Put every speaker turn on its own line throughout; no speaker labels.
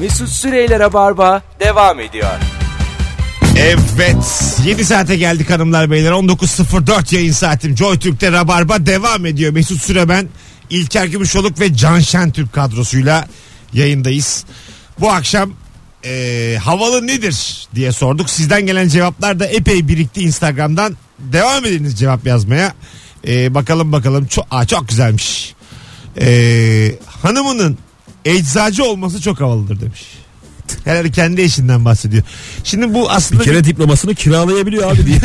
Mesut Süreyler'e barba devam ediyor.
Evet 7 saate geldik hanımlar beyler 19.04 yayın saatim Joy Türk'te Rabarba devam ediyor Mesut Süre ben İlker Gümüşoluk ve Can Şentürk kadrosuyla yayındayız Bu akşam e, havalı nedir diye sorduk sizden gelen cevaplar da epey birikti Instagram'dan devam ediniz cevap yazmaya E, bakalım bakalım çok, aa, çok güzelmiş E, hanımının eczacı olması çok havalıdır demiş Herhalde kendi eşinden bahsediyor. Şimdi bu aslında
Bir kere diplomasını kiralayabiliyor abi diye.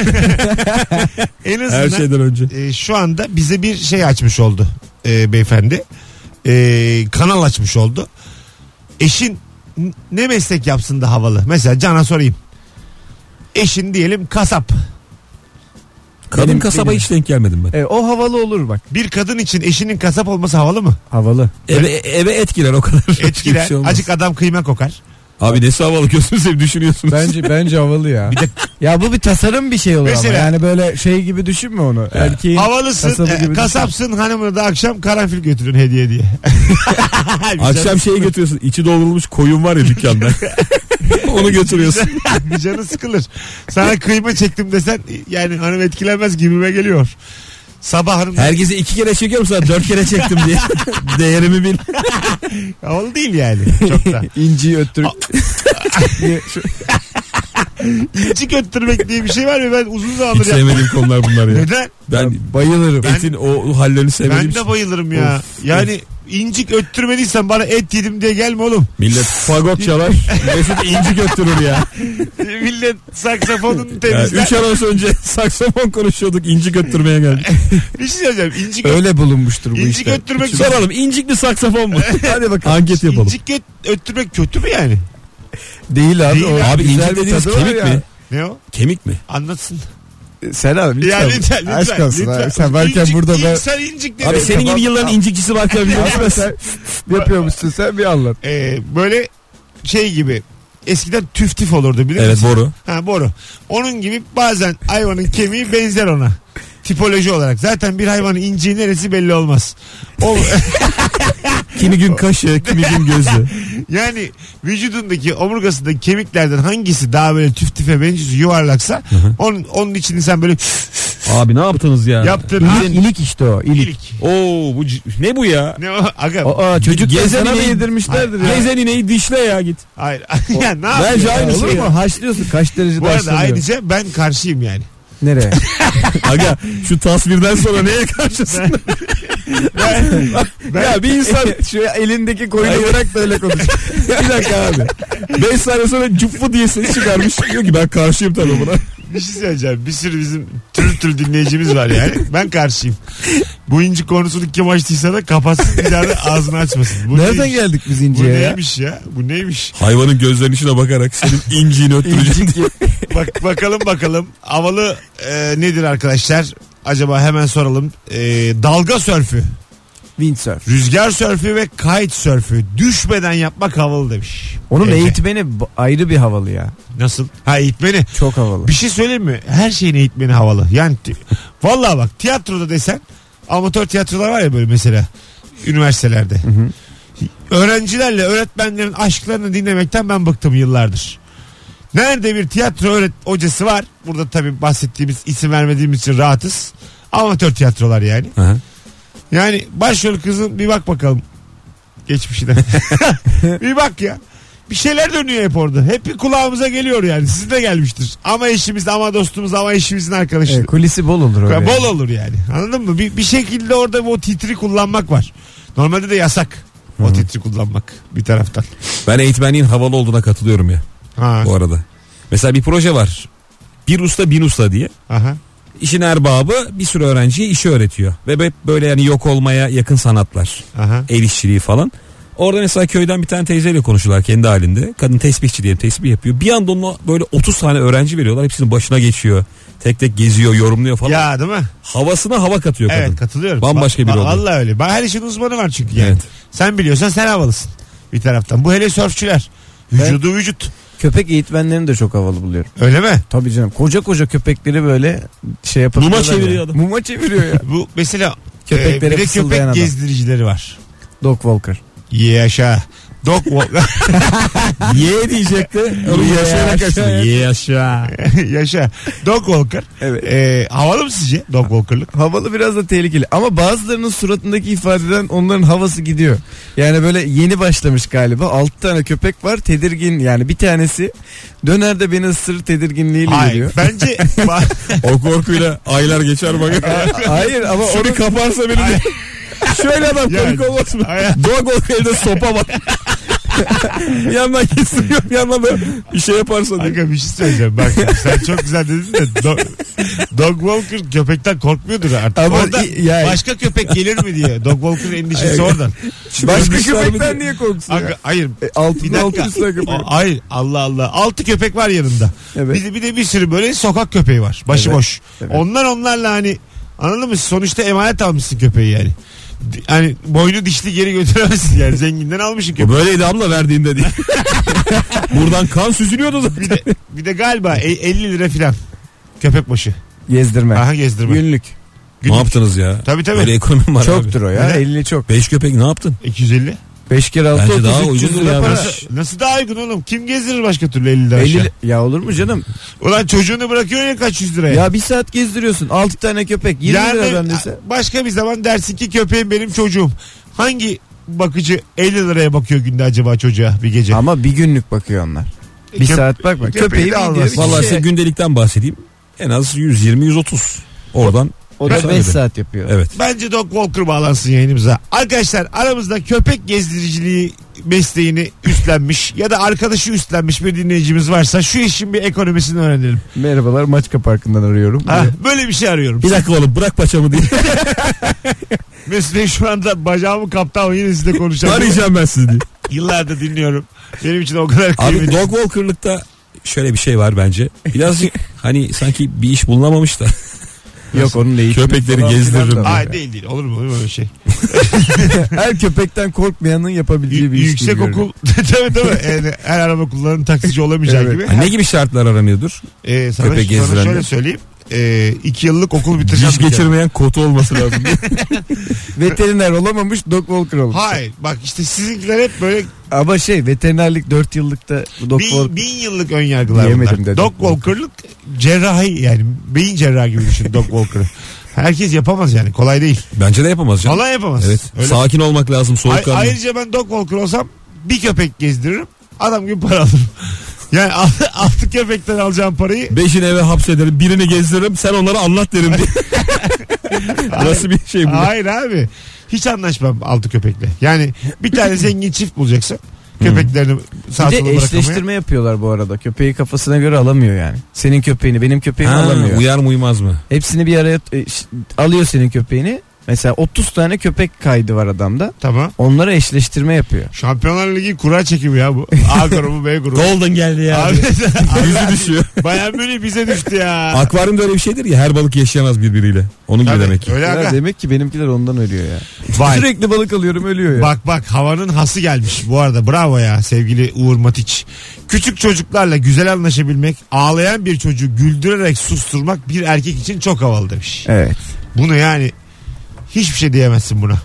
en azından
Her şeyden önce.
e, şu anda bize bir şey açmış oldu e, beyefendi. E, kanal açmış oldu. Eşin n- ne meslek yapsın da havalı? Mesela Can'a sorayım. Eşin diyelim kasap.
Kadın
Benim-
kasaba
benim.
hiç denk gelmedim ben.
E, o havalı olur bak.
Bir kadın için eşinin kasap olması havalı mı?
Havalı.
Eve, eve et girer o kadar.
Etkiler.
Bir şey olmaz.
Acık adam kıyma kokar.
Abi nesi havalı gözünü seveyim düşünüyorsunuz.
Bence bence havalı ya. ya bu bir tasarım bir şey olur
Mesela-
ama. Yani böyle şey gibi düşünme onu. Erkeğin
Havalısın,
kasabı
e,
gibi
kasapsın hanımına da akşam karanfil götürün hediye diye.
Akşam şeyi götürüyorsun. içi doldurulmuş koyun var ya dükkanda. Onu götürüyorsun.
bir canı sıkılır. Sana kıyma çektim desen yani hanım etkilenmez gibime geliyor. Sabah hanım
Herkese iki kere çekiyorum sana dört kere çektim diye. Değerimi bil.
havalı değil yani çok da.
düşün. İnciyi öttürüp.
İncik öttürmek diye bir şey var mı? Ben uzun
Hiç
zamandır yap-
sevmediğim konular bunlar ya.
Neden?
Ben
Bayılırım.
etin o, o hallerini sevmediğim
şey.
Ben
için.
de bayılırım ya. yani incik öttürmediysen bana et yedim diye gelme oğlum.
Millet fagot çalar. Mesut inci götürür ya.
Millet saksafonunu
Yani
temizler.
üç anons önce saksafon konuşuyorduk inci götürmeye geldik.
Bir şey söyleyeceğim. İncik, ö-
Öyle bulunmuştur bu
incik
işler.
öttürmek
Soralım incik mi saksafon mu?
Hadi bakalım.
Anket yapalım.
İncik gö- öttürmek kötü mü yani?
Değil abi.
Değil
o
Abi
güzel
incik
bir
dediğiniz
tadı var
kemik
ya.
mi?
Ne o?
Kemik mi?
Anlatsın.
Sen abi
Ya
lütfen.
lütfen lütfen.
Aşk olsun
lütfen.
abi. Sen varken
İncik-
burada ben...
İnsan incik dedi.
Abi senin gibi
tamam,
yılların
tamam.
incikçisi varken biliyor
Abi
musun?
sen yapıyormuşsun sen bir anlat.
Ee, böyle şey gibi. Eskiden tüftif olurdu bilir
Evet boru.
Ha boru. Onun gibi bazen hayvanın kemiği benzer ona. Tipoloji olarak. Zaten bir hayvanın inciği neresi belli olmaz. O,
Kimi gün kaşı, kimi gün gözü.
yani vücudundaki omurgasındaki kemiklerden hangisi daha böyle tüf tüfe benziyorsa yuvarlaksa onun, onun içini sen böyle
Abi ne yaptınız ya?
yaptığın
İlik, ilik işte o ilik.
ilik.
Oo bu c- ne bu ya?
Ne o? Aga.
Aa, çocuk
Gezen
sana mı
ineği-
yedirmişlerdir ya.
Gezen ineği dişle ya git.
Hayır. ya ne
Bence
yapıyorsun?
aynı
Olur
şey.
mu? Haşlıyorsun. Kaç
Bu
derecede
arada
haşlanıyor?
ayrıca ben karşıyım yani.
Nereye?
Aga şu tasvirden sonra neye karşısın?
Ben-
ya bir insan
şu elindeki koyunu
Hayır.
bırak da öyle konuş.
bir dakika abi. 5 saniye sonra cupfu diye ses çıkarmış. Diyor ki ben karşıyım tabii buna.
Bir şey söyleyeceğim. Bir sürü bizim türlü türlü dinleyicimiz var yani. Ben karşıyım. Bu inci konusunu kim açtıysa da kapatsın bir daha da ağzını açmasın. Bu
Nereden
neymiş?
geldik biz
Bu
İnci'ye ya?
neymiş ya? Bu neymiş?
Hayvanın gözlerinin içine bakarak senin inciğini öttüreceğim diye.
Bak bakalım bakalım. Havalı e, nedir arkadaşlar? Acaba hemen soralım. E, dalga sörfü,
Windsurf.
rüzgar sörfü ve kite sörfü düşmeden yapmak havalı demiş.
Onun
Ece.
eğitmeni b- ayrı bir havalı ya.
Nasıl? Ha eğitmeni.
Çok havalı.
Bir şey söyleyeyim mi? Her şeyin eğitmeni havalı. Yani ti- vallahi bak tiyatroda desen amatör tiyatrolar var ya böyle mesela üniversitelerde. Öğrencilerle öğretmenlerin aşklarını dinlemekten ben bıktım yıllardır. Nerede bir tiyatro öğret hocası var? Burada tabii bahsettiğimiz isim vermediğimiz için rahatız. Amatör tiyatrolar yani.
Aha.
Yani başrol kızın bir bak bakalım geçmişine. bir bak ya. Bir şeyler dönüyor hep orada. Hep bir kulağımıza geliyor yani. Sizin de gelmiştir. Ama eşimiz, ama dostumuz, ama eşimizin arkadaşı.
Evet, E, kulisi şey- bol olur öyle.
Bol olur yani. Anladın mı? Bir, bir şekilde orada o titri kullanmak var. Normalde de yasak. O titri kullanmak bir taraftan.
Ben eğitmenliğin havalı olduğuna katılıyorum ya
Ha.
bu arada. Mesela bir proje var. Bir usta bin usta diye.
Aha.
İşin erbabı bir sürü öğrenciye işi öğretiyor. Ve hep böyle yani yok olmaya yakın sanatlar.
Aha.
El işçiliği falan. Orada mesela köyden bir tane teyzeyle konuşuyorlar kendi halinde. Kadın tesbihçi diye tesbih yapıyor. Bir anda onunla böyle 30 tane öğrenci veriyorlar. Hepsinin başına geçiyor. Tek tek geziyor, yorumluyor falan.
Ya değil mi?
Havasına hava katıyor kadın.
Evet katılıyorum.
Bambaşka
Ba-
biri
ba-
oldu.
Vallahi öyle. Ba- Her işin uzmanı var çünkü yani.
Evet.
Sen biliyorsan sen havalısın bir taraftan. Bu hele sörfçüler. Vücudu vücut.
Köpek eğitmenlerini de çok havalı buluyorum.
Öyle mi?
Tabii canım. Koca koca köpekleri böyle şey yapabiliyorlar.
Muma çeviriyor
ya.
adam.
Muma çeviriyor ya.
Bu mesela
Köpeklere
e, bir de
fısıldayan
köpek
adam.
gezdiricileri var.
Dog Walker.
Yaşa. Dog walk.
Ye diyecekti. Onu
Ye
yaşayarak
yaşa.
açtı. Ye yaşa.
Yaşa. Dog walker.
Evet.
Ee, havalı mı sizce dog walkerlık?
Havalı biraz da tehlikeli ama bazılarının suratındaki ifadeden onların havası gidiyor. Yani böyle yeni başlamış galiba. 6 tane köpek var tedirgin yani bir tanesi döner de beni ısırır tedirginliğiyle
Hayır.
geliyor.
Bence ba-
O korkuyla aylar geçer bak.
Hayır ama onu
Şunu kaparsa beni de. Şöyle adam komik
Yani.
olmaz mı?
Hayır.
Dog walk elde sopa var. bir yandan kesiliyor bir yandan böyle bir şey yaparsa diye.
Kanka bir şey söyleyeceğim. Bak sen çok güzel dedin de do- dog walker köpekten korkmuyordur artık.
Ama
Orada
i- yani-
başka köpek gelir mi diye. Dog walker endişesi oradan.
başka
Ölmüşler mi
köpekten
şey diye.
niye korksun ya?
Kanka, hayır.
E,
Bir
altında altı
dakika.
üstüne köpek.
O- Hayır Allah Allah. Altı köpek var yanında.
Evet.
Bir, de, bir de bir sürü böyle sokak köpeği var. Başıboş. Onlar onlarla hani anladın mı? Sonuçta emanet almışsın köpeği yani. Di- Hani boynu dişli geri götüremezsin yani zenginden almışsın
O
köpeği.
böyleydi abla verdiğinde diye. Buradan kan süzülüyordu zaten.
Bir de, bir de galiba e- 50 lira filan köpek başı.
Gezdirme.
Aha gezdirme.
Günlük.
Ne yaptınız ya?
Tabii tabii.
Böyle ekonomi var
Çoktur
abi.
o ya.
Neden?
50 çok.
5 köpek ne yaptın?
250.
5 kere 6
Bence
30
daha
300
uygundur
lira
ya.
para.
Beş-
Nasıl daha uygun oğlum? Kim gezdirir başka türlü 50 lira
50
aşağı?
li- ya olur mu canım?
Ulan çocuğunu bırakıyor ya kaç yüz liraya.
Ya bir saat gezdiriyorsun. 6 tane köpek 20
Yani
liradan dese.
başka bir zaman dersin ki köpeğim benim çocuğum. Hangi bakıcı 50 liraya bakıyor günde acaba çocuğa bir gece?
Ama bir günlük bakıyor onlar. Bir
Köp-
saat bakma.
köpeği de
Köpeği bir
almaz.
diyor. bir
Vallahi size
kişiye-
gündelikten bahsedeyim. En az 120-130. Oradan
O da
Kaç
5
abi?
şey. saat yapıyor.
evet.
Bence Doc Walker bağlansın yayınımıza. Arkadaşlar aramızda köpek gezdiriciliği mesleğini üstlenmiş ya da arkadaşı üstlenmiş bir dinleyicimiz varsa şu işin bir ekonomisini öğrenelim.
Merhabalar Maçka Parkı'ndan arıyorum.
Ha, böyle bir şey arıyorum.
Bir dakika oğlum bırak paçamı diye.
Mesut Bey şu anda bacağımı kaptı ama yine sizle konuşacağım.
Arayacağım ben sizi diye.
Yıllardır dinliyorum. Benim için o kadar
Abi
kıymetli.
dog walker'lıkta şöyle bir şey var bence. Birazcık hani sanki bir iş bulunamamış da.
Yok onun değil.
Köpekleri
Falan filan
gezdiririm.
da var
Ay
ya.
değil değil olur mu olur mu öyle şey.
Her köpekten korkmayanın yapabileceği bir iş
yüksek
gibi görünüyor.
okul tabii tabii yani her araba kullanan taksici olamayacağı
Evet.
gibi.
Ha, Hani ne gibi şartlar aranıyordur?
Ee, sana,
Köpek
sana
gezdiren
şöyle
de.
söyleyeyim. Ee, iki yıllık okul bitirecek.
Diş geçirmeyen kotu olması lazım.
Veteriner olamamış dog walker olmuş.
Hayır bak işte sizinkiler hep böyle
Ama şey veterinerlik 4 yıllıkta dog
bin,
walker.
bin yıllık ön yargılar
Diyemedim
bunlar.
dedim.
Dog walker'lık cerrahi yani beyin cerrahı gibi düşün dog walker'ı. Herkes yapamaz yani kolay değil.
Bence de yapamaz canım.
Kolay yapamaz.
Evet.
Öyle-
Sakin olmak lazım
Ay-
soğukkanlı.
ayrıca ben dog walker olsam bir köpek gezdiririm adam gibi para alırım. Yani altı, altı köpekten alacağım parayı
Beşini eve hapsederim birini gezdiririm sen onlara anlat derim diye. Nasıl bir şey bu?
Hayır abi. Hiç anlaşmam altı köpekle. Yani bir tane zengin çift bulacaksın. Köpeklerini sağa
Bir
sola
de
bırakamıyor.
eşleştirme yapıyorlar bu arada. Köpeği kafasına göre alamıyor yani. Senin köpeğini benim köpeğimi
Ha,
alamıyor.
uyar mı uymaz mı?
Hepsini bir araya e, ş- alıyor senin köpeğini. Mesela 30 tane köpek kaydı var adamda.
Tamam.
Onlara eşleştirme yapıyor.
Şampiyonlar Ligi kura çekimi ya bu. A grubu B grubu.
Golden geldi ya.
abi
Yüzü düşüyor.
Bayern Münih bize düştü ya.
Akvaryumda öyle bir şeydir ya her balık yaşayamaz birbiriyle. Onun gibi
Tabii,
demek ki.
Öyle
Ya
aga.
demek ki benimkiler ondan ölüyor ya.
Vay.
Sürekli balık alıyorum ölüyor ya.
Bak bak havanın hası gelmiş bu arada bravo ya sevgili Uğur Matiç. Küçük çocuklarla güzel anlaşabilmek, ağlayan bir çocuğu güldürerek susturmak bir erkek için çok havalı demiş.
Evet.
Bunu yani hiçbir şey diyemezsin buna.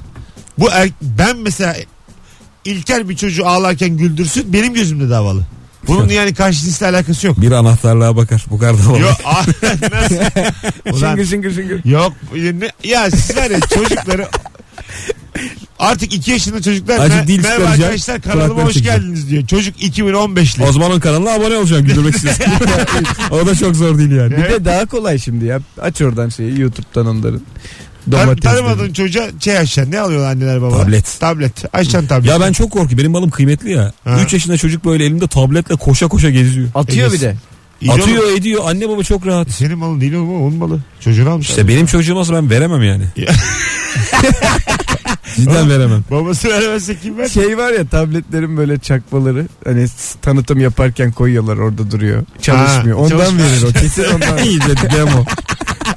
Bu er, ben mesela İlker bir çocuğu ağlarken güldürsün benim gözümde davalı. Bunun yani karşı cinsle alakası yok.
Bir anahtarlığa bakar bu kadar da
yok
olur.
ah, nasıl? Ulan,
Şıngır şıngır şıngır.
yok ne- ya siz var ya çocukları artık 2 yaşında çocuklar
Azıcık
mer-
dil
merhaba
çıkaracak,
arkadaşlar kanalıma
kulakları
hoş
çekecek."
geldiniz diyor. Çocuk 2015'li.
O zaman onun kanalına abone olacaksın güldürmek istiyorsan. o da çok zor değil yani.
Bir de daha kolay şimdi ya. Aç oradan şeyi YouTube'dan onların.
Tan-
Domates.
tanımadığın çocuğa şey açacaksın. Ne alıyorlar anneler babalar?
Tablet.
Tablet. Açacaksın tablet.
Ya ben çok korkuyorum. Benim malım kıymetli ya.
Ha.
3 yaşında çocuk böyle elimde tabletle koşa koşa geziyor.
E,
Atıyor bir de.
İyi oğlum.
Atıyor ediyor. Anne baba çok rahat.
Senin malın değil oğlum o, onun malı. Çocuğun almış.
İşte benim çocuğum olsa ben veremem yani.
Ya.
Cidden veremem.
Babası vermezse kim ver?
Şey var ya tabletlerin böyle çakmaları hani s- tanıtım yaparken koyuyorlar orada duruyor. Çalışmıyor.
Ha,
ondan
çalışmıyor.
verir o. Kesin ondan.
İyice demo.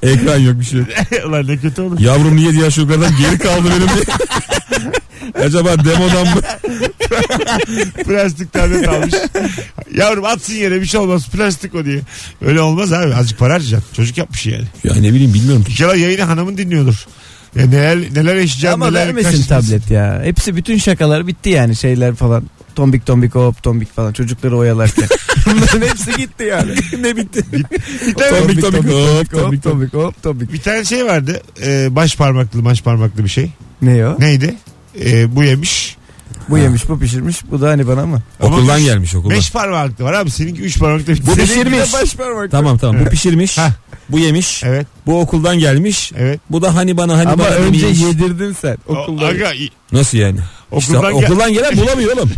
Ekran yok bir şey. yok.
Ulan ne kötü olur.
Yavrum niye diğer çocuklardan geri kaldı benim diye. Acaba demodan mı?
Plastik tablet almış. Yavrum atsın yere bir şey olmaz. Plastik o diye. Öyle olmaz abi. Azıcık para harcayacaksın. Çocuk yapmış yani.
Ya ne bileyim bilmiyorum.
İnşallah yayını hanımın dinliyordur. Ya neler neler yaşayacağım
Ama
neler
vermesin
kaçıracağım.
tablet ya. Hepsi bütün şakalar bitti yani şeyler falan. tombik tombik hop tombik falan çocukları oyalarken. Bunların hepsi gitti yani. ne bitti?
Tombik, tombik, hop, tombik,
hop tombik hop tombik.
Bir tane şey vardı. E, baş parmaklı baş parmaklı bir şey.
Ne o?
Neydi? E, bu yemiş.
Bu yemiş bu pişirmiş bu da hani bana mı?
Ama
Okuldan
beş-
gelmiş okuldan.
Beş parmaklı var abi. Seninki üç parmaklı. bir-
Bu
Senin-
pişirmiş.
Baş parmak.
Tamam tamam bu pişirmiş.
Hah.
bu yemiş.
Evet
Bu okuldan gelmiş.
evet.
Bu da hani bana hani
Ama
bana
önce
demiş.
yedirdin sen
O-
okulda.
Aga, i-
Nasıl yani? İşte
Okuldan gel-
okuldan gelen bulamıyor oğlum.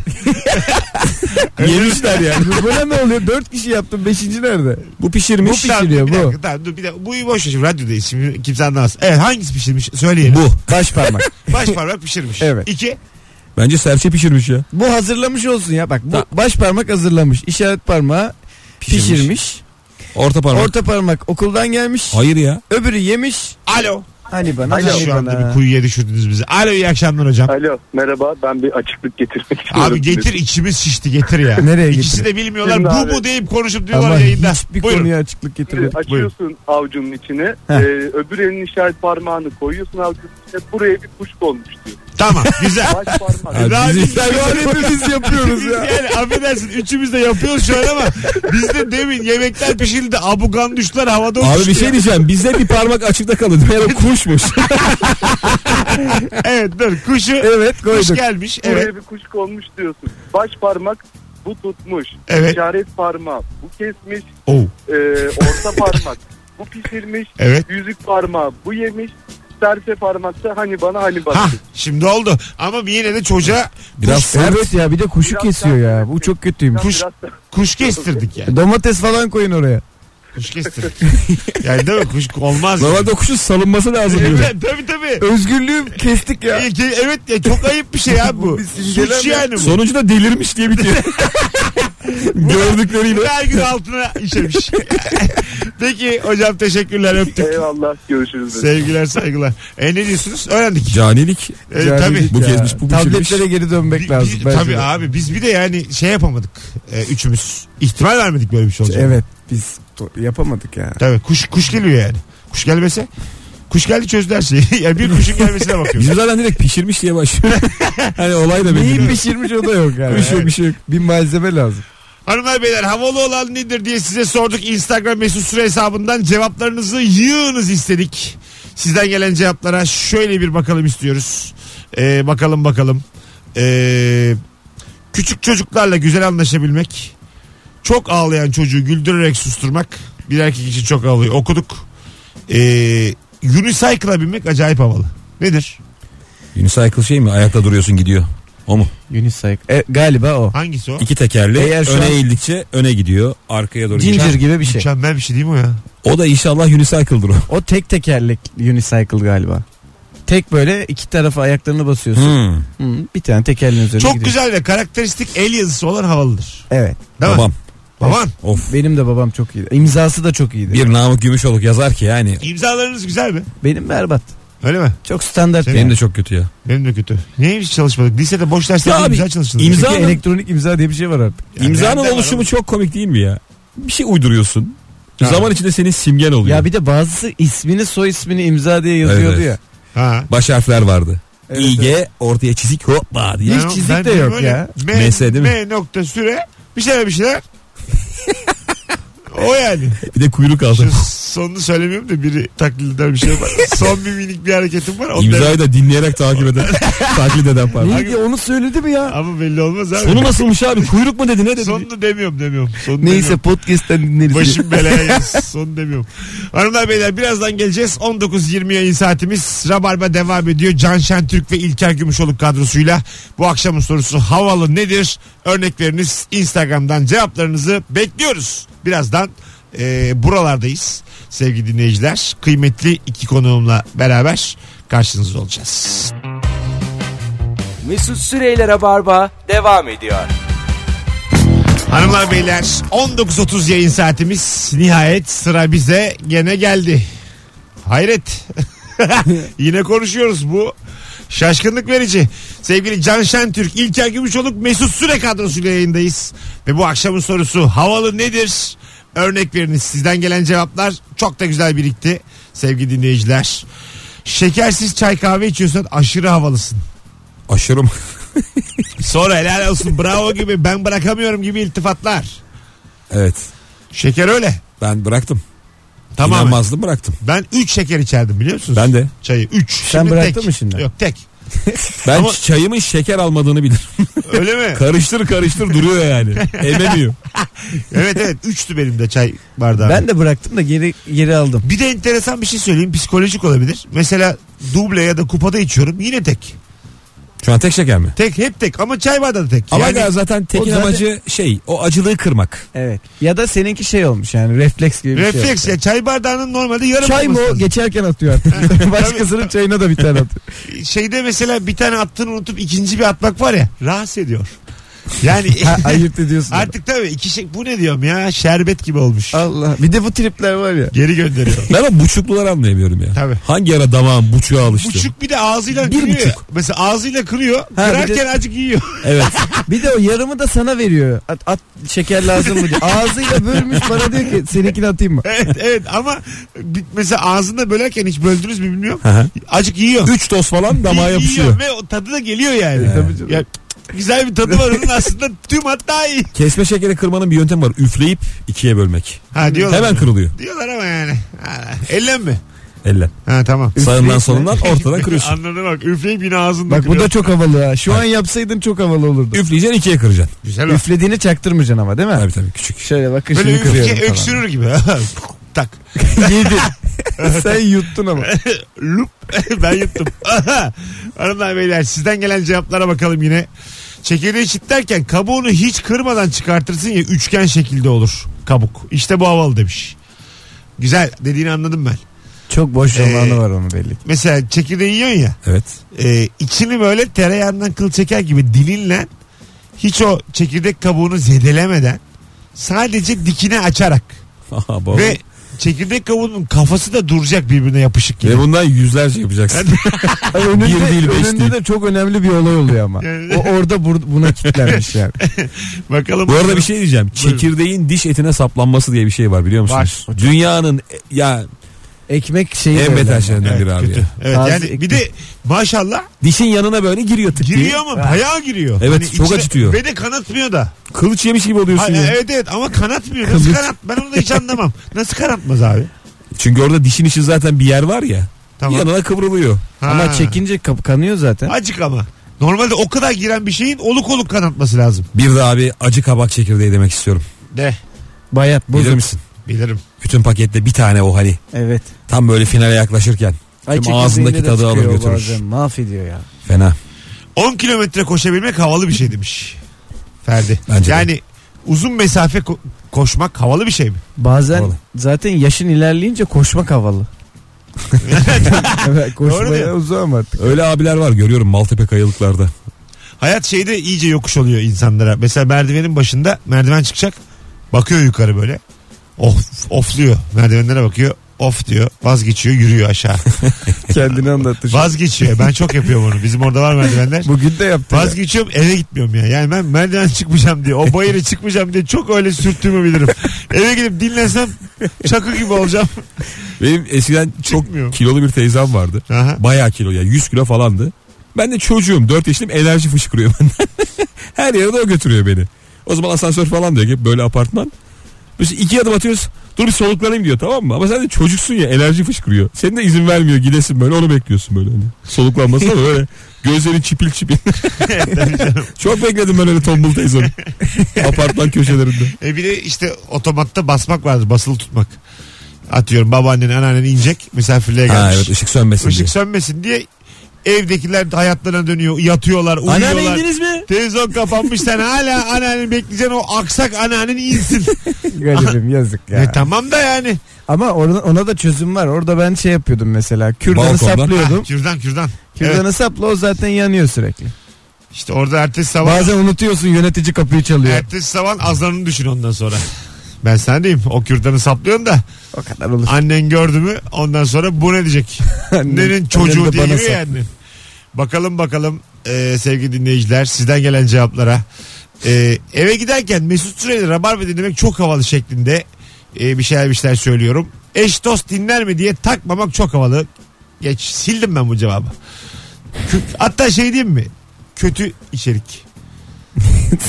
Yemişler yani.
Böyle ne oluyor? Dört kişi yaptım. Beşinci nerede?
Bu
Bu
pişirmiş.
pişiriyor
bir
bu.
dakika, tamam, dur bir dakika. Buyu boş ver şimdi radyodayız şimdi kimse anlamaz. Evet hangisi pişirmiş söyleyelim.
Bu.
Baş parmak.
Baş parmak pişirmiş.
Evet.
İki.
Bence serçe pişirmiş ya.
Bu hazırlamış olsun ya. Bak bu
Ta-
baş parmak hazırlamış. İşaret parmağı pişirmiş.
Orta parmak.
Orta parmak okuldan gelmiş.
Hayır ya.
Öbürü yemiş.
Alo.
Hani bana
Hadi
hani
şu anda
bana.
bir kuyuya düşürdünüz bizi. Alo iyi akşamlar hocam.
Alo merhaba ben bir açıklık getirmek istiyorum.
Abi getir içimiz şişti getir ya.
Nereye
İkisi
getirin?
de bilmiyorlar.
Şimdi
bu
abi-
bu deyip konuşup diyorlar
Ama
yayında.
hiçbir
Buyurun.
konuya açıklık getirmedik.
Şimdi açıyorsun avcunun içine.
Heh.
e, öbür elinin işaret parmağını koyuyorsun avcunun içine. Buraya bir kuş konmuş diyor.
Tamam güzel.
Baş parmak.
Abi
Daha
bizi-
güzel.
biz yapıyoruz
Biz yani affedersin üçümüz de yapıyoruz şu an ama biz de demin yemekler pişirildi abugan düştüler havada
Abi
uçuştu
bir şey
ya.
diyeceğim. Bizde bir parmak açıkta kaldı.
şey
Meğer o kuşmuş.
Evet dur kuşu
evet
kuş
koyduk.
gelmiş
Buraya
evet
bir kuş konmuş diyorsun. Baş parmak bu tutmuş.
evet
İşaret parmağı bu kesmiş.
oh.
E, orta parmak bu pişirmiş.
evet
Yüzük parmağı bu yemiş. Serçe parmakta hani bana hani bana.
ha şimdi oldu ama yine de çocuğa
Biraz
kuş,
sert.
Evet ya bir de kuşu
Biraz
kesiyor
sert,
ya.
evet.
Bu çok kötüymüş.
kuş-
da-
kuş kestirdik yani
Domates falan koyun oraya.
kuş kestirdik yani değil mi kuş olmaz
Normalde o kuşun salınması lazım. diyor.
Evet, tabii tabii
Özgürlüğü kestik ya.
Ee, ge- evet ya çok ayıp bir şey abi bu.
bir simgelem
Suç
ya.
yani bu.
Sonucunda delirmiş diye bitiyor. Gördükleriyle.
Her gün altına işemiş. Peki hocam teşekkürler öptük.
Eyvallah görüşürüz.
Sevgiler saygılar. E ne diyorsunuz? Öğrendik.
Canilik.
E, tabii.
Bu gezmiş, bu pişirmiş.
Tabletlere geri
Bi-
dönmek
bi-
lazım. bence
tabii
de.
abi biz bir de yani şey yapamadık e, üçümüz. İhtimal vermedik böyle bir şey olacak.
Evet biz to- yapamadık ya.
Tabii kuş kuş geliyor yani. Kuş gelmese kuş geldi çözdü her şeyi. yani bir kuşun gelmesine bakıyoruz.
Bizim zaten direkt pişirmiş diye başlıyor. hani olay da
Neyi
belli.
pişirmiş o da yok yani.
Bir şey yok, bir şey yok.
Bir malzeme lazım.
Hanımlar beyler havalı olan nedir diye size sorduk. Instagram mesut süre hesabından cevaplarınızı yığınız istedik. Sizden gelen cevaplara şöyle bir bakalım istiyoruz. Ee, bakalım bakalım. Ee, küçük çocuklarla güzel anlaşabilmek. Çok ağlayan çocuğu güldürerek susturmak. Bir erkek için çok ağlıyor. Okuduk. Ee, unicycle'a binmek acayip havalı. Nedir?
Unicycle şey mi? Ayakta duruyorsun gidiyor. O mu?
Unicycle. E, galiba o.
Hangisi o?
İki tekerli.
Eğer şu
öne
an-
eğildikçe öne gidiyor. Arkaya doğru gidiyor.
Ginger gibi bir şey.
Mükemmel bir şey değil mi o ya?
O da inşallah unicycle'dır o.
O tek tekerlek unicycle galiba. Tek böyle iki tarafa ayaklarını basıyorsun.
Hmm,
Hı, bir tane tekerleğin üzerine
Çok
gidiyor.
güzel ve karakteristik el yazısı olan havalıdır.
Evet.
Değil mi?
Babam.
Baban.
Of.
Benim de babam çok iyiydi. İmzası da çok iyiydi.
Bir Namık Gümüşoluk yazar ki yani.
İmzalarınız güzel mi?
Benim berbat.
Öyle mi?
Çok standart.
Senin
yani.
Benim de çok kötü ya.
Benim de kötü. Niye hiç çalışmadık? Lisede boş
Ya
derslerde
abi,
imza çalışılır.
imza-
Çünkü
İmzanın-
elektronik imza diye bir şey var artık.
Yani
İmzanın
nereden
oluşumu
var
çok komik değil mi ya? Bir şey uyduruyorsun.
Ha.
Zaman içinde senin simgen oluyor.
Ya bir de bazısı ismini soy ismini imza diye yazıyordu
Evet,
ya.
Ha.
Baş harfler vardı.
Evet,
İG ortaya çizik hoppa diye.
Hiç
Ben-
çizik
ben
de yok
böyle
ya.
M,
MS değil mi?
M nokta süre bir şeyler bir şeyler. o yani.
Bir de kuyruk altı.
Şu sonunu söylemiyorum da biri taklit eder bir şey var. Son bir minik bir hareketim var. Onu da-
İmzayı da dinleyerek takip eden. taklit eden pardon.
Neydi onu söyledi mi ya?
Ama belli olmaz abi.
Sonu nasılmış abi? Kuyruk mu dedi ne dedi?
Sonunu demiyorum demiyorum. Sonunu
Neyse podcast'ten dinleriz.
Başım belaya girsin. Son demiyorum. Hanımlar beyler birazdan geleceğiz. 19.20 yayın saatimiz. Rabarba devam ediyor. Can Şentürk ve İlker Gümüşoluk kadrosuyla. Bu akşamın sorusu havalı nedir? Örnekleriniz Instagram'dan cevaplarınızı bekliyoruz. Birazdan e, buralardayız sevgili dinleyiciler. Kıymetli iki konuğumla beraber karşınızda olacağız.
Mesut Süreyler'e barba devam ediyor.
Hanımlar beyler 19.30 yayın saatimiz nihayet sıra bize gene geldi. Hayret. Yine konuşuyoruz bu şaşkınlık verici. Sevgili Can Şentürk, İlker Gümüşoluk, Mesut Süre kadrosuyla yayındayız. Ve bu akşamın sorusu havalı nedir? Örnek veriniz sizden gelen cevaplar çok da güzel birikti sevgili dinleyiciler. Şekersiz çay kahve içiyorsan aşırı havalısın.
Aşırı mı?
Sonra helal olsun bravo gibi ben bırakamıyorum gibi iltifatlar.
Evet.
Şeker öyle.
Ben bıraktım. Tamam.
Tamam.
İnanmazdım bıraktım.
Ben 3 şeker içerdim biliyor musunuz?
Ben de.
Çayı 3. Sen
bıraktın mı şimdi?
Yok tek.
Ben
Ama-
çayımın şeker almadığını bilirim.
Öyle mi?
karıştır karıştır duruyor yani. Ememiyor.
evet evet 3'tü benim de çay bardağı.
Ben de bıraktım da geri geri aldım.
Bir de enteresan bir şey söyleyeyim psikolojik olabilir. Mesela duble ya da kupada içiyorum yine tek.
Şu an tek şeker mi?
Tek hep tek ama çay bardağı da tek.
Ama
Yani
ya zaten tekin
o zaten-
amacı şey o acılığı kırmak.
Evet.
Ya da seninki şey olmuş yani refleks gibi bir şey.
refleks ya çay bardağının normalde yarım
Çay mı
olması
o
lazım.
geçerken atıyor artık. Başkasının çayına da bir tane atıyor.
Şeyde mesela bir tane attığını unutup ikinci bir atmak var ya rahatsız ediyor. Yani
Ha, ayırt ediyorsun.
artık tabii iki şey bu ne diyorum ya şerbet gibi olmuş.
Allah. Bir de bu tripler var ya.
Geri gönderiyor.
Ben o buçukluları anlayamıyorum ya.
Tabii.
Hangi ara damağım buçuğa alıştı?
Buçuk bir de ağzıyla
Bir
kırıyor. ya.
buçuk.
Mesela ağzıyla kırıyor.
Ha, bir
kırarken
de-
azıcık yiyor.
Evet.
Bir de o yarımı da sana veriyor. At, at şeker lazım mı diye. Ağzıyla bölmüş bana diyor ki seninkini atayım mı?
evet evet ama bir- mesela ağzında bölerken hiç böldünüz mü bilmiyorum.
Aha.
Azıcık yiyor.
Üç toz falan damağa
Yiyor
yapışıyor.
Ve o tadı da geliyor yani.
tabii canım.
Ya, güzel bir tadı var onun aslında tüm hat daha iyi.
Kesme şekeri kırmanın bir yöntemi var. Üfleyip ikiye bölmek.
Ha diyorlar.
Hemen kırılıyor.
Diyorlar ama yani. Ha, ellen mi?
Elle.
Ha tamam.
Sağından solundan ortadan kırıyorsun.
Anladım bak üfleyip yine ağzında
Bak bu da
kırıyor.
çok havalı ha. Şu an yapsaydın çok havalı olurdu.
Üfleyeceksin ikiye kıracaksın.
Güzel o.
Üflediğini çaktırmayacaksın ama değil mi?
Tabii tabii küçük.
Şöyle bakışını
Böyle
kırıyorum
üfle,
falan.
öksürür gibi. tak.
Yedin. Sen yuttun ama.
Lup. ben yuttum. Hanımlar beyler sizden gelen cevaplara bakalım yine. Çekirdeği çitlerken kabuğunu hiç kırmadan çıkartırsın ya üçgen şekilde olur kabuk. İşte bu havalı demiş. Güzel dediğini anladım ben.
Çok boş
zamanı
zamanı var onun belli ki.
Mesela çekirdeği yiyorsun ya.
Evet.
e, içini böyle tereyağından kıl çeker gibi dilinle hiç o çekirdek kabuğunu zedelemeden sadece dikine açarak
Aha, baba.
ve çekirdek kabuğunun kafası da duracak birbirine yapışık gibi.
Ve bundan yüzlerce yapacaksın.
önünde,
Bir değil, beş
önünde
değil.
de çok önemli bir olay oluyor ama.
Yani-
O orada bur- buna kitlenmiş yani.
Bakalım.
Bu arada bir şey diyeceğim. Çekirdeğin diş etine saplanması diye bir şey var biliyor musunuz? Dünyanın e, ya
Ekmek şeyi
en
böyle.
beter şeylerinden
Evet,
biri abi.
kötü.
ya.
Evet,
Ağzı
yani bir de maşallah
Dişin yanına böyle giriyor tık diye.
giriyor ama bayağı giriyor. Hani
Evet, çok acıtıyor.
Ve de kanatmıyor da.
Kılıç yemiş gibi oluyorsun
Ha,
ya.
evet evet ama kanatmıyor. Nasıl kanat? Ben onu da hiç anlamam. Nasıl kanatmaz abi?
Çünkü orada dişin için zaten bir yer var ya.
Tamam.
Yanına kıvrılıyor.
Ha.
Ama çekince kap- kanıyor zaten.
Acık ama. Normalde o kadar giren bir şeyin oluk oluk kanatması lazım.
Bir de abi acı kabak çekirdeği demek istiyorum.
De.
Bayat
Bilir
bozuk.
misin?
Bilirim.
Bütün pakette bir tane o hani.
Evet.
Tam böyle finale yaklaşırken. Tüm
Ay çekirdeğinde
ağzındaki
de
tadı alır
çıkıyor
götürür.
Bazen. Mahvediyor ya.
Fena.
10 kilometre koşabilmek havalı bir şey demiş. Ferdi.
Bence de.
yani uzun mesafe ko- koşmak havalı bir şey mi?
Bazen
Oğlum.
zaten yaşın ilerleyince koşmak havalı. evet,
Doğru diyor.
koşmaya uzağım artık.
Öyle abiler var görüyorum Maltepe kayalıklarda.
Hayat şeyde iyice yokuş oluyor insanlara. Mesela merdivenin başında merdiven çıkacak. Bakıyor yukarı böyle. Of, ofluyor. Merdivenlere bakıyor. Of diyor. Vazgeçiyor yürüyor aşağı.
Kendini anlatır.
Vazgeçiyor. Ben çok yapıyorum onu. Bizim orada var merdivenler.
Bugün de yaptı. ya.
Vazgeçiyorum eve gitmiyorum ya. Yani ben merdiven çıkmayacağım diye o bayırı çıkmayacağım diye çok öyle sürttüğümü bilirim. eve gidip dinlensem çakı gibi olacağım.
Benim eskiden çok
Çıkmıyor.
kilolu bir teyzem vardı.
Aha.
Bayağı kilo ya 100 kilo falandı. Ben de çocuğum 4 yaşındayım enerji fışkırıyor benden. Her yere de o götürüyor beni. O zaman asansör falan diyor ki böyle apartman. Biz iki adım atıyoruz. Dur bir soluklanayım diyor tamam mı? Ama sen de çocuksun ya enerji fışkırıyor. Senin de izin vermiyor gidesin böyle onu bekliyorsun böyle. Hani soluklanması ama böyle gözlerin çipil çipil. Çok bekledim ben öyle tombul teyzemi. Apartman köşelerinde.
E bir de işte otomatta basmak vardır basılı tutmak. Atıyorum babaannen anneannen inecek misafirliğe
Ha
gelmiş.
evet ışık sönmesin
Işık
diye.
sönmesin diye evdekiler de hayatlarına dönüyor yatıyorlar uyuyorlar.
mi?
Televizyon kapanmış sen hala anneanneni bekleyeceksin o aksak anneannen insin.
Garibim yazık ya.
E tamam da yani.
Ama ona, ona da çözüm var. Orada ben şey yapıyordum mesela. Kürdanı
Balkondan.
Ha,
saplıyordum.
kürdan kürdan.
Kürdanı
Evet.
sapla o zaten yanıyor sürekli.
İşte orada ertesi sabah
Bazen unutuyorsun yönetici kapıyı çalıyor.
Ertesi sabah azlarını düşün ondan sonra. Ben sen diyeyim. O kürdanı saplıyorsun da
O kadar olur.
annen gördü mü ondan sonra bu ne diyecek? Nenin çocuğu
Annem de
diye
bana
giriyor ya annen. Bakalım bakalım e, sevgili dinleyiciler sizden gelen cevaplara. E, eve giderken Mesut Süreyli Rabarba dinlemek çok havalı şeklinde e, bir şeyler bir şeyler söylüyorum. Eş dost dinler mi diye takmamak çok havalı. Geç sildim ben bu cevabı. Hatta şey diyeyim mi? kötü içerik.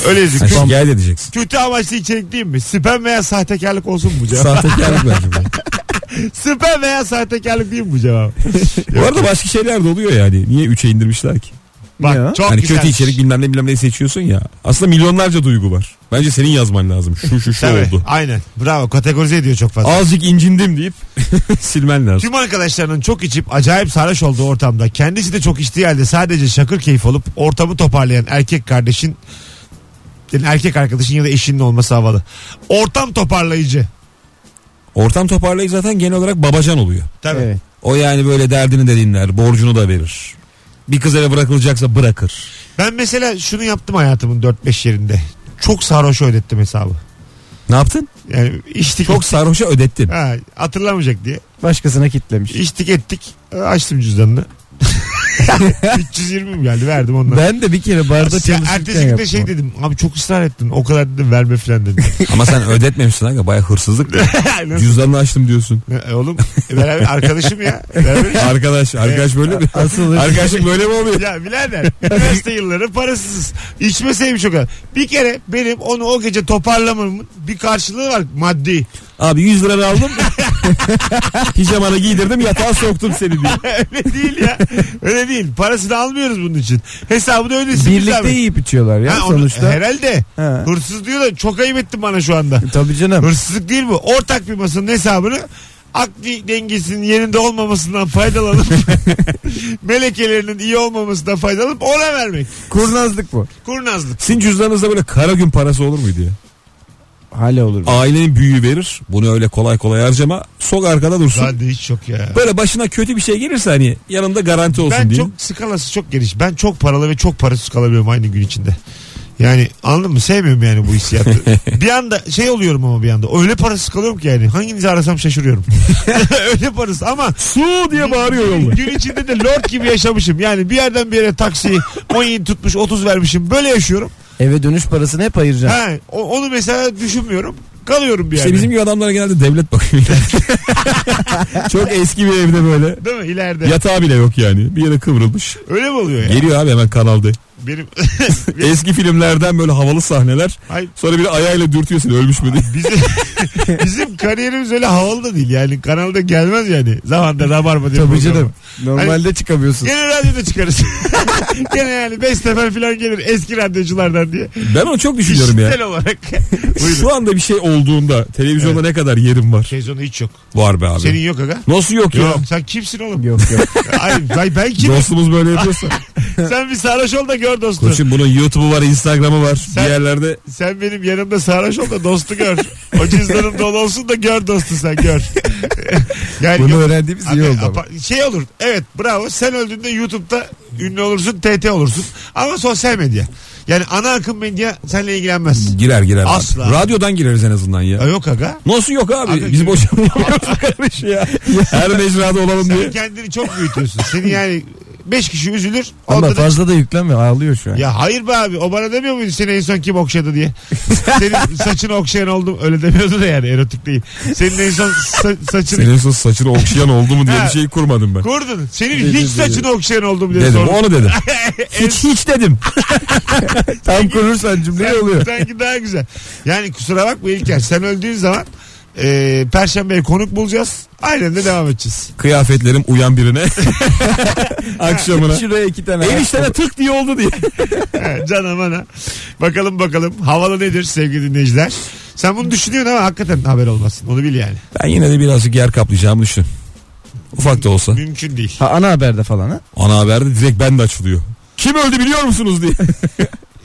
Öyle
Ha,
yazıyor.
şikayet edeceksin.
Kötü amaçlı içerik değil mi? Spam veya sahtekarlık olsun bu cevap.
Sahtekarlık belki bu.
Spam veya sahtekarlık değil mi bu cevap?
Bu arada başka şeyler de oluyor yani. Niye 3'e indirmişler ki?
Bak
Ya.
çok
hani
güzel.
kötü içerik bilmem ne bilmem ne seçiyorsun ya. Aslında milyonlarca duygu var. Bence senin yazman lazım. Şu şu şu
Tabii,
oldu.
Aynen. Bravo. Kategorize ediyor çok fazla.
Azıcık incindim deyip silmen lazım.
Tüm arkadaşlarının çok içip acayip sarhoş olduğu ortamda kendisi de çok içtiği halde sadece şakır keyif olup ortamı toparlayan erkek kardeşin yani erkek arkadaşın ya da eşinin olması havalı. Ortam toparlayıcı.
Ortam toparlayıcı zaten genel olarak babacan oluyor.
Tabii.
Evet.
O yani böyle derdini de dinler, borcunu da verir. Bir kız eve bırakılacaksa bırakır.
Ben mesela şunu yaptım hayatımın 4-5 yerinde. Çok sarhoş ödettim hesabı.
Ne yaptın?
Yani içtik.
Çok sarhoşa ödettin.
Ha, hatırlamayacak diye.
Başkasına kitlemiş.
İçtik ettik. E, Açtım cüzdanını. 320 mi geldi verdim ondan.
Ben de bir kere barda
Ertesi
çalışırken
gün de
yaptım.
şey dedim. Abi çok ısrar ettin. O kadar dedim verme filan dedim.
Ama sen ödetmemişsin aga baya hırsızlık.
Nasıl?
Cüzdanını açtım diyorsun.
E, Oğlum e, beraber arkadaşım ya. Beraber-
Arkadaş, arkadaş böyle mi?
Asıl
Arkadaşım böyle mi oluyor?
ya birader üniversite yılları parasız. İçmeseymiş o kadar. Bir kere benim onu o gece toparlamamın bir karşılığı var maddi.
Abi 100 lira aldım. Pijamanı giydirdim yatağa soktum seni diye.
Öyle değil ya. Öyle değil. Parasını almıyoruz bunun için. Hesabını ödesin.
birlikte yiyip içiyorlar ya sonuçta.
herhalde.
Ha.
Hırsız diyor da çok ayıp ettin bana şu anda.
Tabii canım.
Hırsızlık değil bu. Ortak bir masanın hesabını akli dengesinin yerinde olmamasından faydalanıp melekelerinin iyi olmamasından faydalanıp ona vermek.
Kurnazlık bu.
Kurnazlık.
Sizin cüzdanınızda böyle kara gün parası olur muydu ya?
Hala olur.
Ailenin büyüğü verir. Bunu öyle kolay kolay harcama. Sok arkada dursun.
Ben de hiç çok ya.
Böyle başına kötü bir şey gelirse hani yanında garanti olsun
Ben
diye.
çok skalası çok geniş. Ben çok paralı ve çok parasız kalabiliyorum aynı gün içinde. Yani anladın mı? Sevmiyorum yani bu hissiyatı. bir anda şey oluyorum ama bir anda. Öyle parasız kalıyorum ki yani. Hanginizi arasam şaşırıyorum. Öyle parasız ama
Su diye bağırıyor yolda.
gün içinde de lord gibi yaşamışım. Yani bir yerden bir yere taksiyi 17 tutmuş 30 vermişim. Böyle yaşıyorum.
Eve dönüş parasını hep ayıracaksın.
Ha, o- onu mesela düşünmüyorum. Kalıyorum bir yerde.
İşte bizim gibi adamlara genelde devlet bakıyor. Çok eski bir evde böyle.
Değil mi? İleride.
Yatağı bile yok yani. Bir yere kıvrılmış.
Öyle mi oluyor ya?
Geliyor abi hemen kanalda.
Benim
Eski filmlerden böyle havalı sahneler.
Ay-
Sonra biri ayağıyla dürtüyor seni ölmüş mü diye.
bizim, bizim kariyerimiz öyle havalı da değil yani. Kanalda gelmez yani. Zamanında rabarba diye.
Tabii
program.
canım. Normalde çıkamıyorsun.
Gene radyoda çıkarız. Gene yani 5 sefer falan gelir eski radyoculardan diye.
Ben onu çok düşünüyorum ya.
İşitsel olarak. Buyurun.
Şu anda bir şey olduğunda televizyonda ne kadar yerim var?
Sezonu hiç yok.
Var be abi.
Senin yok aga.
Nasıl yok,
Yok.
ya?
Sen kimsin oğlum?
Yok yok.
Ay, ay ben kimim?
Dostumuz böyle yapıyorsa.
Sen bir sarhoş ol da gör dostu.
Koçum bunun YouTube'u var, Instagram'ı var. Bir yerlerde
Sen benim yanımda sarhoş ol da dostu gör. O cüzdanım dolu olsun da gör dostu sen gör. yani
Bunu
yok.
öğrendiğimiz
Abi,
iyi oldu ama.
apa- şey olur. Evet bravo. Sen öldüğünde YouTube'da ünlü olursun, TT olursun. Ama sosyal medya. Yani ana akım medya seninle ilgilenmez.
girer girer. abi.
Asla.
Radyodan gireriz en azından ya.
Ya Yok aga.
Nasıl yok abi?
Abi-
Biz boşanma yapıyoruz kardeş ya. Her mecrada olalım
Sen
diye.
kendini çok büyütüyorsun. Seni yani 5 kişi üzülür.
Ama
onda da-
fazla da yükleme ağlıyor şu an.
Ya hayır be abi o bana demiyor muydu seni en son kim okşadı diye. Senin saçını okşayan oldum öyle demiyordu da yani erotik değil. Senin en son sa- saçını
Senin sus saçını okşayan oldu mu diye
Ha.
bir şey kurmadım ben.
kurdun. Senin hiç saçını okşayan oldum diye
Dedim
sordum.
onu dedim. hiç hiç dedim.
Tam kurursan cümleyi oluyor.
Sanki daha güzel. Yani kusura bakma İlker sen öldüğün zaman e, Perşembe'ye konuk bulacağız. Aynen de devam edeceğiz.
Kıyafetlerim uyan birine. Akşamına.
Şuraya iki tane.
Eniştene tık diye oldu diye.
He, Canım ana. Bakalım bakalım havalı nedir sevgili dinleyiciler. Sen bunu düşünüyorsun ama hakikaten haber olmasın. Onu bil yani.
Ben yine de birazcık yer kaplayacağımı düşün. Ufak da olsa.
Mümkün değil.
Ha, ana haberde falan ha.
Ana haberde direkt ben de açılıyor. Kim öldü biliyor musunuz diye.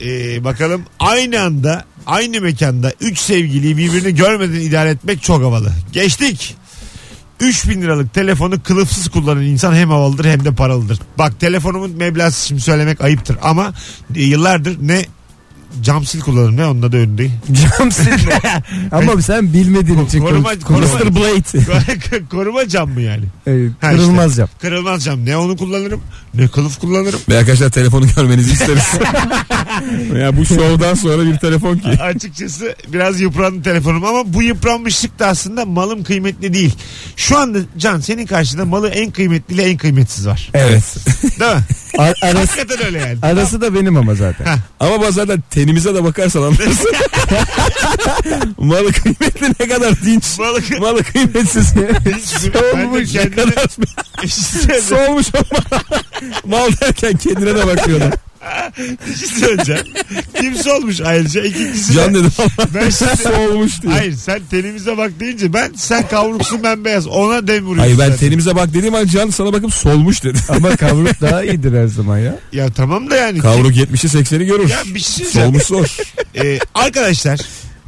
Ee, bakalım aynı anda aynı mekanda 3 sevgiliyi birbirini görmeden idare etmek çok havalı. Geçtik. 3000 liralık telefonu kılıfsız kullanan insan hem havalıdır hem de paralıdır. Bak telefonumun meblağını şimdi söylemek ayıptır ama e, yıllardır ne cam sil kullanırım ne onunla da önünde.
Cam silme. ama sen bilmediğin için
Koruma-
konuş-
koruma-
konuş-
Mr. Blade.
Koruma cam mı yani?
Ee,
Ha,
kırılmaz cam.
Kırılmaz cam. Ne onu kullanırım ne kılıf kullanırım.
Ve arkadaşlar telefonu görmenizi isteriz. Ya bu şovdan sonra bir telefon ki.
Açıkçası biraz yıprandı telefonum ama bu yıpranmışlık da aslında malım kıymetli değil. Şu anda Can senin karşında malı en kıymetli ile en kıymetsiz var.
Evet.
Değil mi?
Ar- arası,
Hakikaten öyle yani.
arası da benim ama zaten.
Ama bak zaten tenimize de bakarsan anlarsın. Malı kıymetli ne kadar dinç.
Malı kı-
Malı kıymetsiz.
Ben de
Soğumuş ne
kendimi- şey
kadar
İşte-
soğumuş ama mal derken kendine de bakıyordum.
İkisi önce. şey Kimse olmuş ayrıca. İkincisi de-
Can dedim ama
Ben şimdi...
soğumuş diye.
Hayır sen tenimize bak deyince ben sen kavruksun ben beyaz ona dem vuruyorsun.
Hayır ben
zaten.
tenimize bak dediğim an Can sana bakıp solmuş dedi.
Ama kavruk daha iyidir her zaman ya.
Ya tamam da yani.
Kavruk 70'i 80'i görür.
Ya bir şey söyleyeceğim.
Solmuş zor.
Ee, arkadaşlar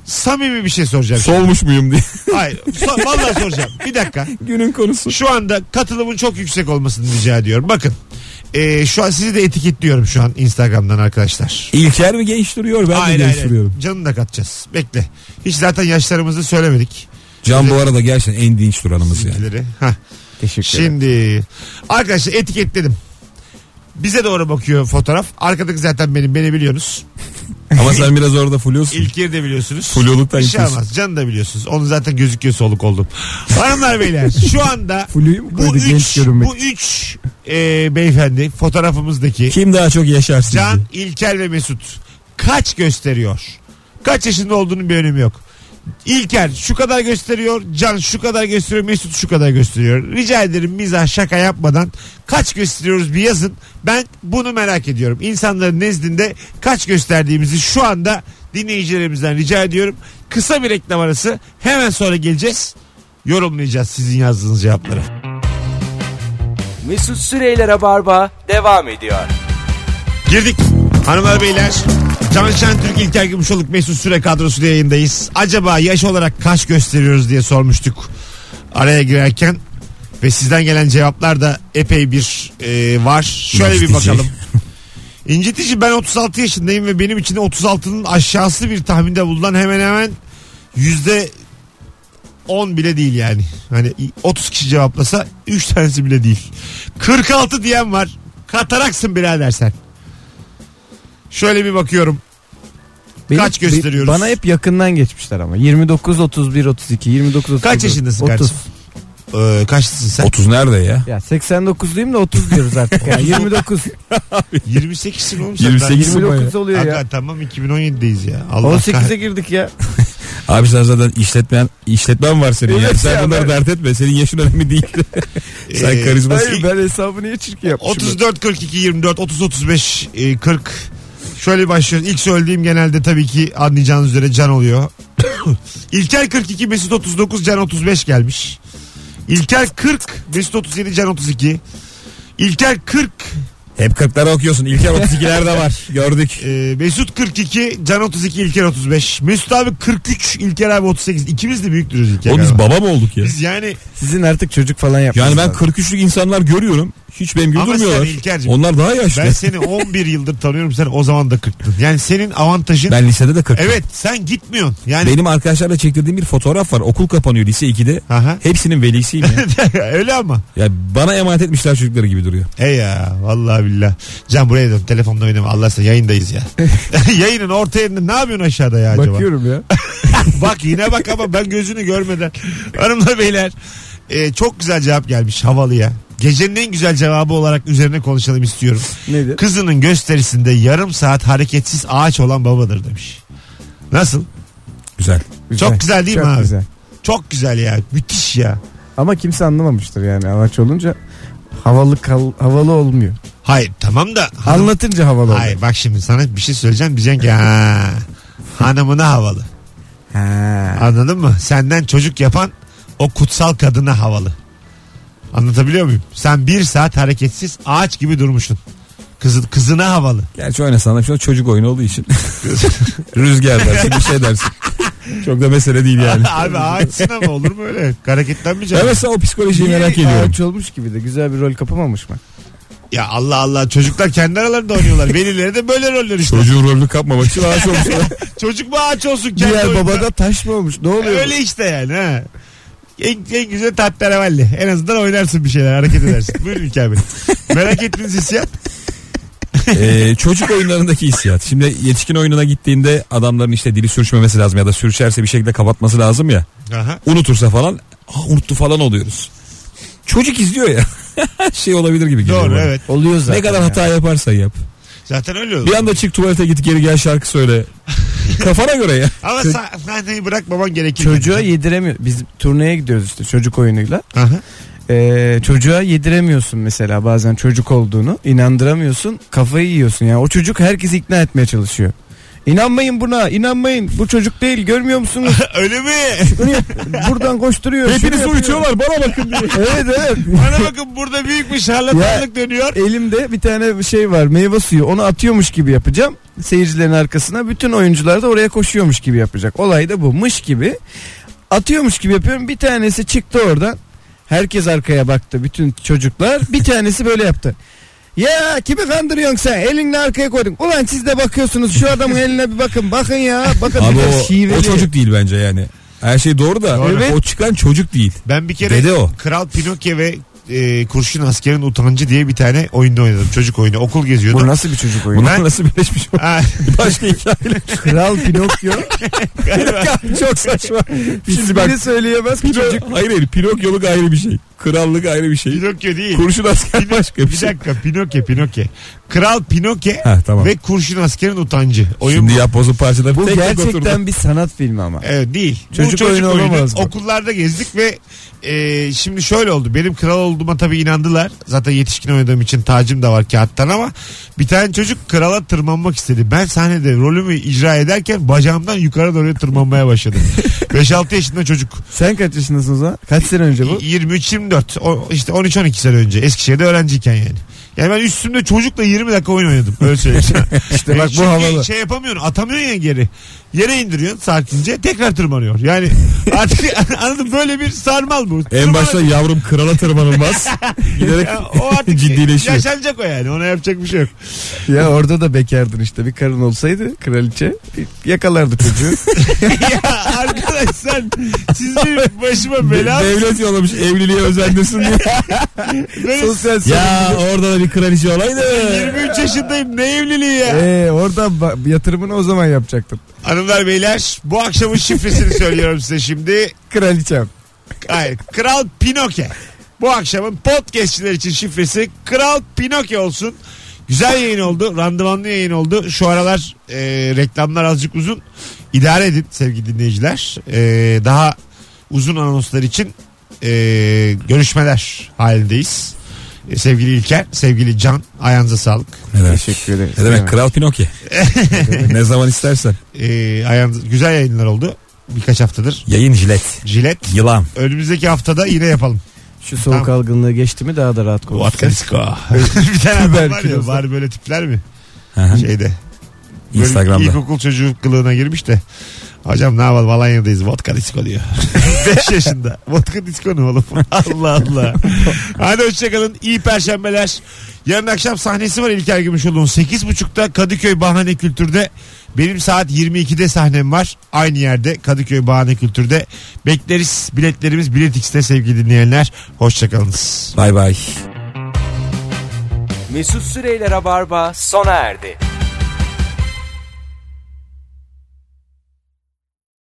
samimi bir şey soracağım.
Solmuş muyum diye.
Hayır so- vallahi soracağım. Bir dakika.
Günün konusu.
Şu anda katılımın çok yüksek olmasını rica ediyorum. Bakın. Ee, şu an sizi de etiketliyorum şu an Instagram'dan arkadaşlar.
İlker mi genç duruyor ben
Hayır,
de
hayır,
genç duruyorum.
hayır. Canını da katacağız. Bekle. Hiç zaten yaşlarımızı söylemedik.
Can bu arada gerçekten en dinç duranımız yani.
Bizleri. Hah.
Teşekkür ederim.
Şimdi arkadaşlar etiketledim. Bize doğru bakıyor fotoğraf. Arkadaki zaten benim. Beni biliyorsunuz.
Ama sen biraz orada fulluyorsun.
İlker'i de biliyorsunuz.
Fulyoluktan
Bir şey
gidiyorsun.
olmaz. Canı da biliyorsunuz. Onu zaten gözüküyor soluk oldum. Hanımlar beyler şu anda
Fluyu mu
bu
koydu genç
üç,
görünmek?
bu üç e, beyefendi fotoğrafımızdaki
Kim daha çok yaşar sizce?
Can, İlker ve Mesut kaç gösteriyor? Kaç yaşında olduğunun bir önemi yok. İlker şu kadar gösteriyor, Can şu kadar gösteriyor, Mesut şu kadar gösteriyor. Rica ederim mizah şaka yapmadan kaç gösteriyoruz bir yazın. Ben bunu merak ediyorum. İnsanların nezdinde kaç gösterdiğimizi şu anda dinleyicilerimizden rica ediyorum. Kısa bir reklam arası hemen sonra geleceğiz. Yorumlayacağız sizin yazdığınız cevapları.
Mesut Süreyler'e barba devam ediyor.
Girdik. Hanımlar beyler. Can Şentürk, İlker Gümüşoluk, Mesut Süre kadrosuyla yayındayız. Acaba yaş olarak kaç gösteriyoruz diye sormuştuk araya girerken. Ve sizden gelen cevaplar da epey bir e, var. Şöyle bir
İncitici.
bakalım. İncitici ben 36 yaşındayım ve benim için 36'nın aşağısı bir tahminde bulunan hemen hemen yüzde 10 bile değil yani. Hani 30 kişi cevaplasa 3 tanesi bile değil. 46 diyen var. Kataraksın birader sen. Şöyle bir bakıyorum. Kaç
Benim-
gösteriyoruz?
Bana hep yakından geçmişler ama. 29, 31, 32, 29, 31.
Kaç yaşındasın
30.
kardeşim? Ee, kaçlısın sen?
30 nerede ya?
Ya 89'luyum da 30 diyoruz artık. ya. 29.
28'sin oğlum sen.
28
29 oluyor
Aga,
ya.
tamam 2017'deyiz ya. Allah
18'e girdik ya.
Abi sen zaten işletmen, işletmen var senin.
Evet
ya. Sen
ya,
bunları
ben-
dert etme. Senin yaşın önemli değil.
kahretsin.
sen
Ee,
karizmasın.
Hayır ben hesabı niye çirkin yapmışım?
34 42 24 30 35 e, 40 Şöyle başlıyoruz. İlk söylediğim genelde tabii ki anlayacağınız üzere can oluyor. İlker 42, Mesut 39, Can 35 gelmiş. İlker 40, Mesut 37, Can 32. İlker 40,
Hep 40'lara okuyorsun. İlker 32'lerde var. Gördük.
e, Mesut 42, Can 32, İlker 35. Mesut abi 43, İlker abi 38. İkimiz de büyüktürüz İlker
Oğlum biz
galiba.
baba mı olduk ya?
Ee, Biz yani
Sizin artık çocuk falan yapmışsınız.
Yani ben 43'lük insanlar görüyorum. Hiç benim gibi
Ama sen
durmuyorlar.
İlker'cim-
Onlar daha yaşlı.
ben
Ben,
seni 11 yıldır tanıyorum sen o zaman da 40'tın. Yani senin avantajın
lisede de 40.
evet sen gitmiyorsun. Yani
Benim arkadaşlarla çektirdiğim bir fotoğraf var. Okul kapanıyor lise 2'de.
Aha.
Hepsinin velisiyim ya.
Öyle ama.
ya bana emanet etmişler çocukları gibi duruyor.
E ya vallahi billah. Can buraya dön telefonla oynama Allah sen yayındayız ya. Yayının orta yerinde ne yapıyorsun aşağıda ya acaba?
Bakıyorum ya.
bak yine bak ama ben gözünü görmeden. Hanımlar beyler e, çok güzel cevap gelmiş havalı ya. Gecenin en güzel cevabı olarak üzerine konuşalım istiyorum.
Nedir?
Kızının gösterisinde yarım saat hareketsiz ağaç olan babadır demiş. Nasıl?
Güzel.
Çok güzel değil mi
Çok
abi?
güzel.
Çok güzel ya. Müthiş ya.
Ama kimse anlamamıştır yani ağaç olunca havalı kal, havalı olmuyor.
Hayır tamam da
Anlatınca havalı oluyor.
Hayır bak şimdi sana bir şey söyleyeceğim diyeceksin ki ha, hanımına havalı.
Ha.
Anladın mı? Senden çocuk yapan o kutsal kadına havalı. Anlatabiliyor muyum? Sen bir saat hareketsiz ağaç gibi durmuşsun. Kızı, kızına havalı.
Gerçi oynasan da şu an şey çocuk oyunu olduğu için. Rüzgar dersin bir şey dersin. Çok da mesele değil yani.
Abi ağaçsın ama olur mu öyle? Hareketlenmeyecek.
Ben mesela o psikolojiyi
Niye
merak ediyorum.
Ağaç olmuş gibi de güzel bir rol kapamamış mı?
Ya Allah Allah çocuklar kendi aralarında oynuyorlar. Velileri de böyle roller işte. Çocuk,
Çocuğun rolünü kapmamak için ağaç olmuşlar.
mu ağaç olsun kendi
Diğer
oyunda?
babada taş mı olmuş? Ne oluyor?
Öyle işte yani ha. En, en güzel tatlaravalli. En azından oynarsın bir şeyler hareket edersin. Buyurun İlker Bey. Merak ettiğiniz hissiyat.
Ee, çocuk oyunlarındaki hissiyat. Şimdi yetişkin oyununa gittiğinde adamların işte dili sürüşmemesi lazım ya da sürüşerse bir şekilde kapatması lazım ya.
Aha.
Unutursa falan "Aa, unuttu falan oluyoruz. Çocuk izliyor ya. şey olabilir gibi geliyor.
Doğru
bana.
evet.
Oluyor zaten.
Ne kadar hata yaparsan yap.
Zaten öyle olur.
Bir anda çık tuvalete git geri gel şarkı söyle. Kafana göre ya.
Ama sa- sahneyi bırakmaman gerekir.
Çocuğa yediremiyor. Biz turneye gidiyoruz işte çocuk oyunuyla.
Aha.
Ee, çocuğa yediremiyorsun mesela bazen çocuk olduğunu inandıramıyorsun kafayı yiyorsun yani o çocuk herkesi ikna etmeye çalışıyor. İnanmayın buna inanmayın bu çocuk değil görmüyor musunuz
öyle mi?
buradan koşturuyor. şunu
Hepiniz
yapıyor.
uçuyorlar bana bakın diye.
Evet evet
Bana bakın burada büyük bir şarlatanlık dönüyor.
elimde bir tane şey var meyve suyu onu atıyormuş gibi yapacağım seyircilerin arkasına bütün oyuncular da oraya koşuyormuş gibi yapacak olay da bu mış gibi atıyormuş gibi yapıyorum bir tanesi çıktı oradan herkes arkaya baktı bütün çocuklar bir tanesi böyle yaptı ya kimi kandırıyorsun sen elini arkaya koydun ulan siz de bakıyorsunuz şu adamın eline bir bakın bakın ya bakın
Abi
biraz
o,
şiveli.
o çocuk değil bence yani. Her şey doğru da
Doğru.
o çıkan çocuk değil.
Ben bir kere
Dede o.
Kral Pinokyo ve e, Kurşun Asker'in Utancı diye bir tane oyunda oynadım. Çocuk oyunu. Okul
bu
geziyordum.
nasıl bir çocuk oyunu?
Bunlar
Ben-
nasıl birleşmiş o?
Ha,
Başka hikayeler.
Kral Pinokyo.
Çok saçma. Şimdi bak
Hiçbirini söyleyemez ki
Pino,
çocuk.
hayır hayır Pinokyoluk ayrı bir şey. Krallık ayrı bir şey.
Pinokyo değil.
Kurşun asker başka bir
Bir
şey.
dakika Pinokyo Pinokyo. Kral Pinokyo
Ha tamam.
ve Kurşun Asker'in Utancı. Oyun
Şimdi
bu.
yap bozu parçalar
Bu
tek tek oturdu.
gerçekten bir sanat filmi ama.
Evet, değil.
Çocuk oyunu olamaz bu.
Okullarda gezdik ve e, şimdi şöyle oldu. Benim kral olduğuma tabii inandılar. Zaten yetişkin oynadığım için tacım da var kağıttan ama bir tane çocuk krala tırmanmak istedi. Ben sahnede rolümü icra ederken bacağımdan yukarı doğru tırmanmaya başladım. 5-6 yaşında çocuk.
Sen kaç yaşındasın o zaman? Kaç sene önce bu?
23-24 o- işte 13-12 sene önce Eskişehir'de öğrenciyken yani. Yani ben üstümde çocukla 20 dakika oyun oynadım. Öyle söyleyeyim sana.
İşte bak bu
Çünkü
havalı.
Şey yapamıyorsun atamıyorsun ya geri. Yere indiriyorsun sakince tekrar tırmanıyor. Yani artık anladın mı? böyle bir sarmal bu.
En
Tırmana-
başta yavrum krala tırmanılmaz. Giderek
Ya o artık şey,
ciddileşiyor.
yaşanacak o yani ona yapacak bir şey yok.
Ya orada da bekardın işte. Bir karın olsaydı kraliçe yakalardı çocuğu.
ya arkadaş sen siz bir başıma bela
Devlet yollamış evliliğe özendirsin diye.
Böyle
Sosyal
ya orada da bir kraliçe olaydı.
23 yaşındayım ne evliliği ya.
Ee, orada ba- yatırımını o zaman yapacaktın.
Hanımlar beyler bu akşamın şifresini söylüyorum size şimdi.
Kraliçem.
Hayır. Kral Pinokyo. Bu akşamın podcastçiler için şifresi Kral Pinokyo olsun. Güzel yayın oldu. Randımanlı yayın oldu. Şu aralar e, reklamlar azıcık uzun. İdare edin sevgili dinleyiciler. E, daha uzun anonslar için e, görüşmeler halindeyiz. E, sevgili İlker, sevgili Can. Ayağınıza sağlık.
Teşekkür ederiz.
Ne demek kral Pinokyo. ne zaman istersen.
E, ayağınıza, güzel yayınlar oldu. Birkaç haftadır.
Yayın jilet.
Jilet.
Yılan.
Önümüzdeki haftada yine yapalım.
Şu soğuk
Tamam.
algınlığı geçti mi daha da rahat konuşuruz.
bir tane adam var ya
Tüberküloz.
var böyle tipler mi?
Aha,
Şeyde. Şey, Böyle
Instagram'da.
İlkokul çocuğu kılığına girmiş de. Hocam ne yapalım Alanya'dayız vodka disco diyor. 5 yaşında. Vodka disco ne oğlum? Allah Allah. Hadi hoşçakalın. İyi perşembeler. Yarın akşam sahnesi var İlker Gümüşoğlu'nun. 8.30'da Kadıköy Bahane Kültür'de. Benim saat 22'de sahnem var. Aynı yerde Kadıköy Bahane Kültür'de. Bekleriz. Biletlerimiz Bilet X'te sevgili dinleyenler. Hoşçakalınız.
Bay bay.
Mesut Süreyler'e barba sona erdi.